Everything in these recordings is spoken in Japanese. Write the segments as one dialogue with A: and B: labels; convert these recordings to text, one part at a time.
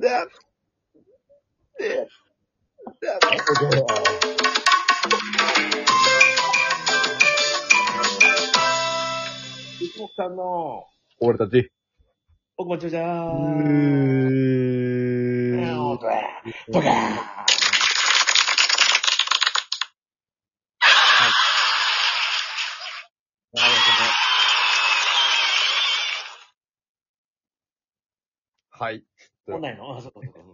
A: だって、だって、
B: なるほど。
A: 一目さんの、
B: 俺たち。
A: おこちょじゃ
B: う
A: ーん。
B: ーん
A: ボカーボカー
B: なるほど。はい。
A: 本来の、あ、そうそうそうそう。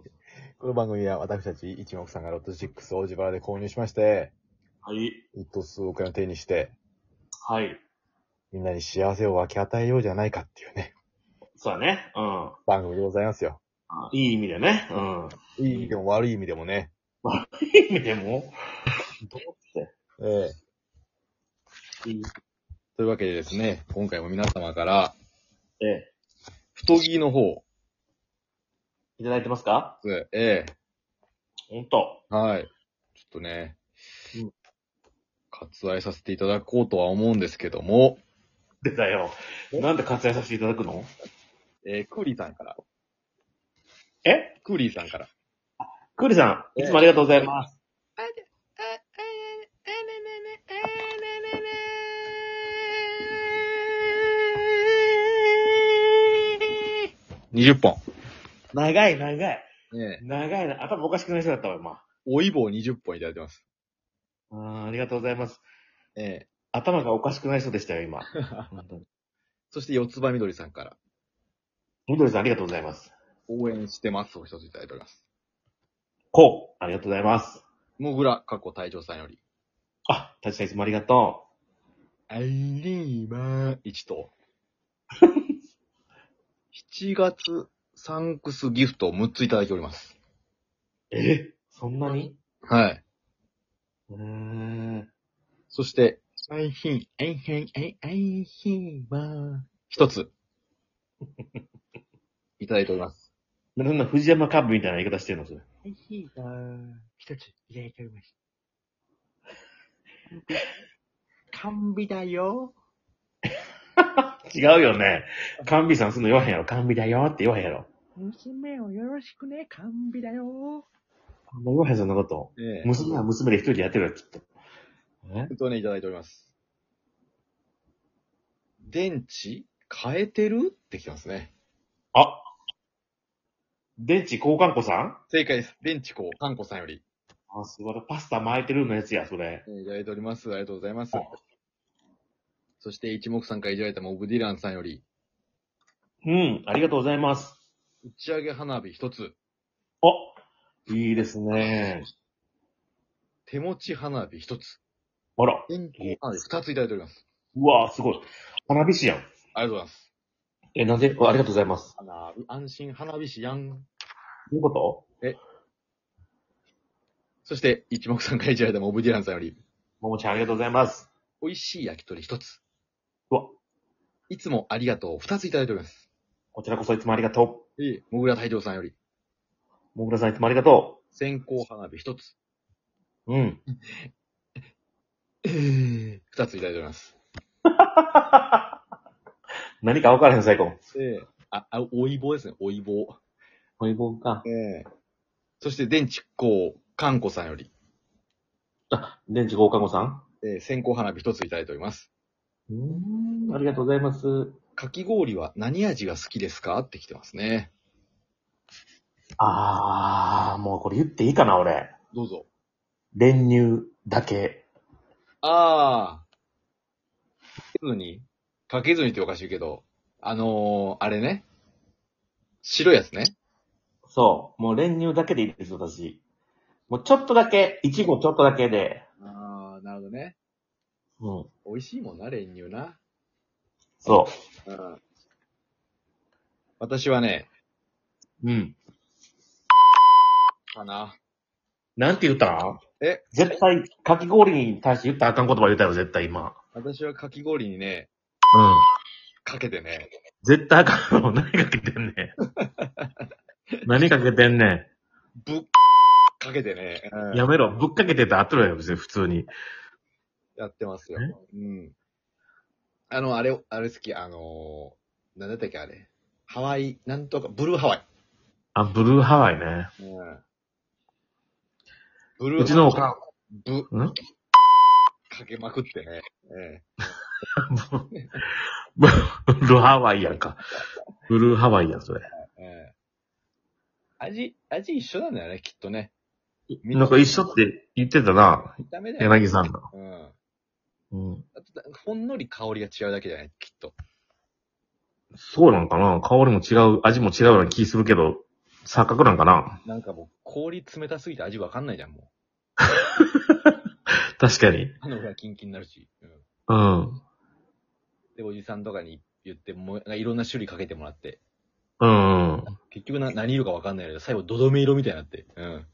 B: この番組は私たち一目さんがロット6を自腹で購入しまして、
A: はい。
B: 一等数億円を手にして、
A: はい。
B: みんなに幸せを分け与えようじゃないかっていうね、
A: そうだね。うん。
B: 番組でございますよ。
A: いい意味でね。うん。
B: いい意味でも悪い意味でもね。
A: いい意味でも
B: ええ
A: いい
B: というわけでですね、今回も皆様から、
A: ええ。
B: 太着の方、
A: いただいてますか
B: ええ
A: ほんと。
B: はい。ちょっとね
A: うん、
B: 割愛させていただこうとは思うんですけども、
A: 出たよ。なんで活躍させていただくの
B: えー、クーリーさんから、
A: え
B: クーリーさんから、
A: クーリさん、いつもありがとうございます。
B: 20本。
A: 長い、長い。
B: ええ
A: 長いな。頭おかしくない人だったわ、今。
B: おいぼう20本いただいてます。
A: あーありがとうございます。
B: ええ
A: 頭がおかしくない人でしたよ、今。本当に
B: そして四つ葉みどりさんから、
A: みどりさん、ありがとうございます。
B: 応援してますを一ついただいております。
A: こう、ありがとうございます。
B: もぐら、過去隊長さんより、
A: あ、たちさんいつもありがと
B: ありーまー1と、7月サンクスギフトを6ついただいております。
A: う。えそんなに
B: はい。
A: うーん。
B: そして、あいひん、あいひん、あい、あいひんは、一 つ、いただいております。
A: なんな藤山カップみたいな言い方してるの、それ。
B: はい、ヒー一ついただいており ます。甘美だよ。
A: 違うよね。カンビさんすんの言わへんやろ。カンビだよって言わへんやろ。
B: 娘をよろしくね、甘美だよ。
A: あんま言わへん、そんなこと。
B: ええ。
A: 娘は娘で一人でやってるよ、きっと。え
B: えっとね、いただいております。電池変えてるってきてますね。
A: あ電池交換庫さん
B: 正解です。電池こう、かんこさんより、
A: あ、すごい。パスタ巻いてるのやつや、それ。
B: ええいただいております。ありがとうございます。そして、一目散からいじられたモブディランさんより、
A: うん、ありがとうございます。
B: 打ち上げ花火一つ、
A: あいいですね。
B: 手持ち花火一つ、
A: あら。
B: 電光花火二ついただいております。
A: うわぁ、すごい。花火師やん。
B: ありがとうございます。
A: え、なんであありがとうございます。
B: 花火、安心花火師やん。
A: どういうこと
B: そして、一目散会いじられたモブディランさんより、
A: ももちゃんありがとうございます。
B: 美味しい焼き鳥一つ。
A: うわ、
B: いつもありがとう二ついただいております。
A: こちらこそいつもありがと
B: ええ、もぐら隊長さんより、
A: う。もぐらさんいつもありがと
B: 線香花火一つ。
A: う。うん。
B: ええ、二ついただいております。
A: 何か分からへん、最後。
B: ええ、あ、あ、おいぼうですね、おいぼう。
A: おいぼうか。
B: ええ。そして、電池こう、かんこさんより、
A: あ、電池交換後さん
B: ええ、線香花火一ついただいております。
A: うーん、ありがとうございます。
B: かき氷は何味が好きですかって来てますね。
A: あー、もうこれ言っていいかな、俺。
B: どうぞ。
A: 練乳だけ。
B: ああ。かけずにかけずにっておかしいけど、あのー、あれね。白いやつね。
A: そう。もう練乳だけでいいです、私。もうちょっとだけ、いちごちょっとだけで。
B: ああ、なるほどね。
A: うん。
B: 美味しいもんな、練乳な。
A: そ
B: うん。私はね、
A: う。うん。
B: かな。
A: なんて言ったん
B: え
A: 絶対、かき氷に対して言ったらあかん言葉言ったよ、絶対今。
B: 私はかき氷にね、
A: うん。
B: かけてね、
A: 絶対あかんの。何かけてんねん。 何かけてんね
B: ぶっ、かけてね、うん
A: ん。やめろ。ぶっかけてってあっとるよ、別に普通に。
B: やってますよ。うん。あの、あれ、あれ好き、あのー、なんだったっけ、あれ。ハワイ、なんとか、ブルーハワイ。
A: あ、ブルーハワイね。
B: うん。ブルー
A: うちのおか
B: ぶ、
A: ん、ん
B: かけまくってね。え
A: ブルーハワイやんか。ブルーハワイやん、それ。
B: え。ええ。味、味一緒なんだよね、きっとね。
A: なんか一緒って言ってたな、
B: 見た目だよね。
A: 柳さんが。
B: うん。
A: うん。
B: あとだほんのり香りが違うだけじゃないきっと。
A: そうなんかな香りも違う、味も違うような気するけど、錯覚なんかな
B: なんかもう、氷冷たすぎて味わかんないじゃん、も
A: 確かに
B: う。。あのがキンキンになるし。うん。
A: うん。
B: で、おじさんとかに言って、もういろんな種類かけてもらって。
A: うん。
B: 結局な、何色かわかんないけど、最後、ドドメ色みたいになって。うん。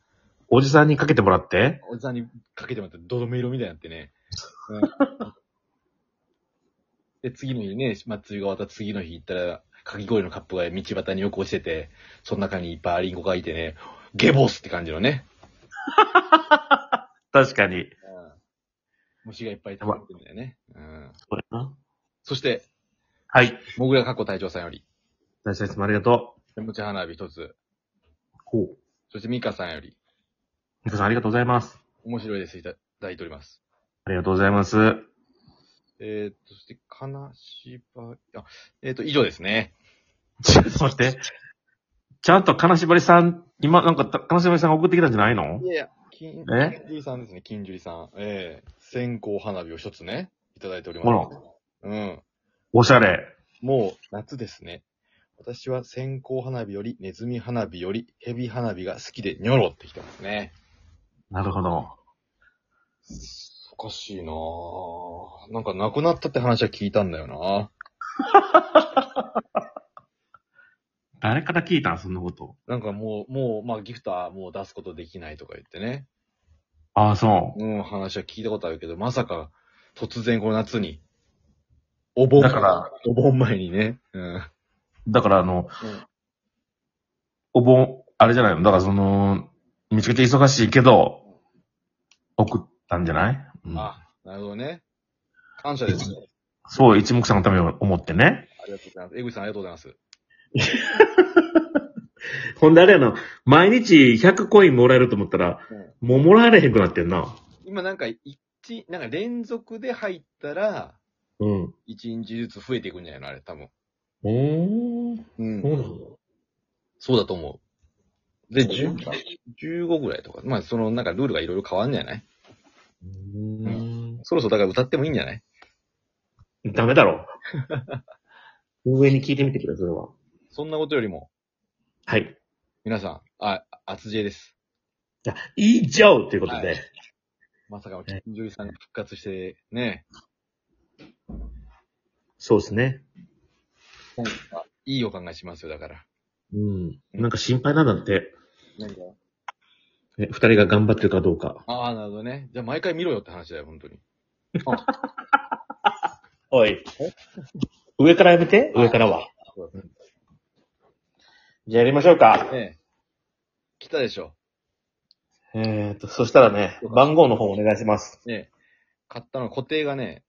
A: おじさんにかけてもらって
B: おじさんにかけてもらって、ドドメ色みたいになってね。うん。 で、次の日ね、まあ、梅雨が終わった次の日行ったら、かき氷のカップが道端に横落ちてて、その中にいっぱいリンゴがいてね、ゲボスって感じのね。
A: 確かに。
B: うん。虫がいっぱい食べてるんだよね。うん。
A: そうやな。
B: そして、
A: はい。
B: もぐらかっこ隊長さんより、
A: 大社いつもありがと
B: 手持ち花火一つ、
A: う。ほう。
B: そしてミカさんより、
A: みこさんありがとうございます。
B: 面白いですいただいております。
A: ありがとうございます。
B: えー、と、そして、金縛り、あ、えー、と、以上ですね。
A: ちょっと待って。ちゃんと金縛りさん、今、なんかた、金縛りさんが送ってきたんじゃないの
B: いやいや、金、
A: え
B: 金樹里さんですね、金樹里さん。ええ線香花火を一つね、いただいており
A: あ
B: ま
A: ら
B: す。うん。
A: おしゃれ。
B: もう、夏ですね。私は線香花火より、ネズミ花火より、ヘビ花火が好きで、ニョロってきてますね。
A: なるほど。
B: おかしいなぁ。なんか亡くなったって話は聞いたんだよな
A: 誰から聞いたんそんなこと。
B: なんかもう、もう、まあ、ギフトはもう出すことできないとか言ってね。
A: ああ、そう。
B: うん、話は聞いたことあるけど、まさか、突然この夏に、お盆
A: だから、
B: お盆前にね。うん。
A: だからあの、お盆、あれじゃないのだからその、めちゃくちゃ忙しいけど、送ったんじゃない、うん
B: あ、なるほどね。感謝です。
A: そう、一目散のために思ってね。
B: ありがとうございます。江口さんありがとうございます。
A: ほんであれやな、毎日100コインもらえると思ったら、もうもらえれへんくなってんな。
B: 今なんか一、なんか連続で入ったら、
A: うん。
B: 一日ずつ増えていくんじゃないのあれ、多分。
A: おー、
B: う。
A: そうなんの
B: そうだと思う。で、
A: そうなん
B: 10
A: だ
B: 15ぐらいとか。まあ、その、なんかルールがいろいろ変わんじゃないう
A: ーん。
B: そろそろだから歌ってもいいんじゃない
A: ダメだろ。 上に聞いてみてくれ、それは。
B: そんなことよりも、
A: はい。
B: 皆さん、あ、あつじえです。
A: 以上ということで、
B: はいまさかの金城さんが復活して、ね、
A: そうですね。
B: いい予感がしますよ、だから。
A: うん。なんか心配なんだって。
B: 何か
A: え二人が頑張ってるかどうか。
B: ああ、なるほどね。じゃあ毎回見ろよって話だよ、本当に。
A: おい。上からやめて、上からは。じゃあやりましょうか。
B: ねえ。来たでしょ。
A: えーと、そしたらね、番号の方お願いします。
B: ねえ。買ったのは固定がね、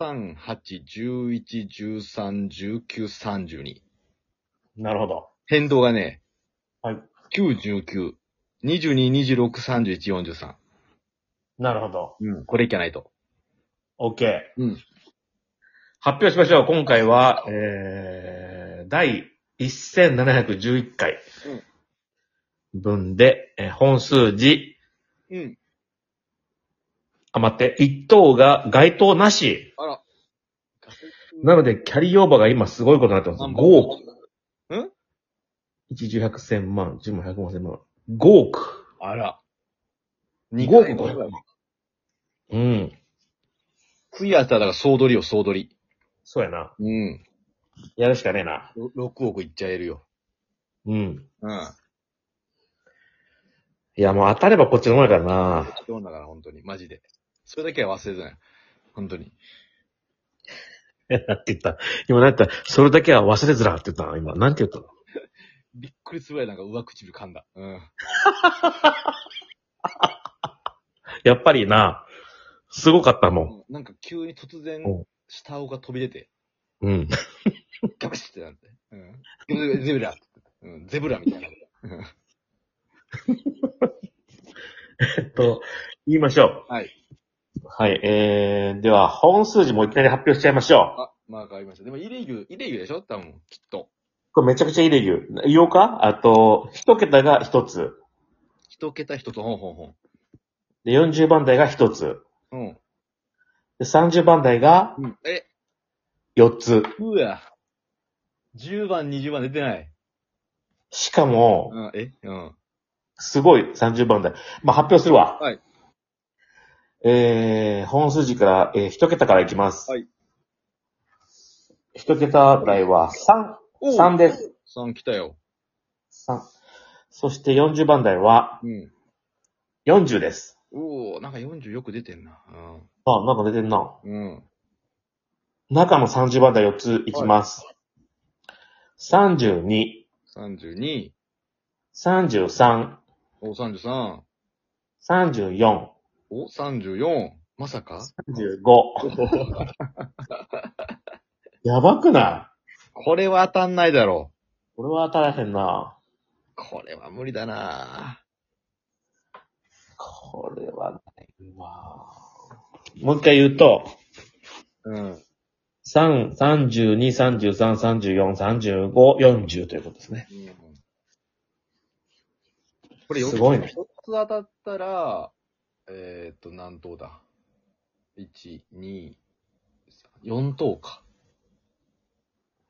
B: 3、8、11、13、19、32。
A: なるほど。
B: 変動がね、
A: はい。
B: 9、19、22、26、31、43。
A: なるほど。
B: うん。これいけないと。
A: OK。
B: うん。
A: 発表しましょう。今回は、えー、第1711回分で、えー本数字、
B: うん。
A: あ、待って、一等が該当なし。
B: あら。
A: なので、キャリーオーバーが今すごいことになってます。
B: 何
A: 5
B: 本
A: 億。
B: ん
A: 一十百千万、十万、百万、千万。5億。
B: あら。
A: 5
B: 2
A: 億
B: 回
A: 500万。うん。
B: 次あったらだから総取りよ、総取り。
A: そうやな。
B: うん。
A: やるしかねえな。
B: 6億いっちゃえるよ。
A: うん。
B: うん。
A: いや、もう当たればこっちのもんやからな。
B: どうだから、本当に。マジで。それだけは忘れずない。本当に。
A: なんて言った今なんて言ったそれだけは忘れずらって言ったの今。なんて言ったの
B: びっくりするぐらいなんか上唇噛んだ。うん。
A: やっぱりな、すごかったもん。
B: なんか急に突然
A: うん、
B: 下顎が飛び出て、
A: うん。
B: ガブシってなって。うん。ゼブラ。うん、ゼブラみたいな。
A: えっ と、言いましょう。
B: はい。
A: はい、えー、では、本数字もういきなり発表しちゃいましょう。
B: あ、まあ変わりました。でも、イレギュ、イレギュでしょ多分、きっと。
A: これめちゃくちゃいいレギュ。8日あと、1桁が1つ。
B: 一桁一つ、ほんほんほん。
A: で、40番台が1つ。
B: うん。
A: で、30番台が
B: うん、え、
A: 4つ。
B: うわ。10番、20番出てない。
A: しかも、
B: うん、えうん。
A: すごい30番台。まあ、発表するわ。
B: はい。
A: えー、本数字から、えー、1桁からいきます。
B: はい。
A: 1桁台は3。3です。
B: 3来たよ。
A: 3。そして40番台は
B: うん。
A: 40です。
B: おおなんか40よく出てんな。
A: あ、なんか出てんな。
B: うん。うん。
A: 中の30番台4ついきます。32、
B: 32、
A: 33、
B: お33、
A: 34、
B: お34、まさか
A: 35。やばくな
B: これは当たんないだろ
A: いこれは当たらへんな。
B: う。これは無理だな
A: これはないわ。もう一回言うと、
B: うん。
A: 3、32、33、34、35、40ということですね。
B: これ
A: すごいね
B: 一つ当たったら、えー、っと、何等だ ?1、2、4等か。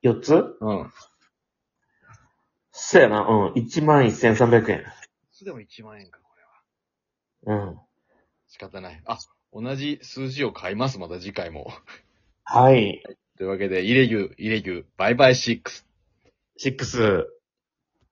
A: 4つ
B: うん。
A: せやな、うん。11,300円。
B: それでも1万円か、これは。
A: うん。
B: 仕方ない。あ、同じ数字を買います、また次回 も。
A: はい。
B: というわけで、イレギュ、イレギュ、バイバイシックス。
A: 6。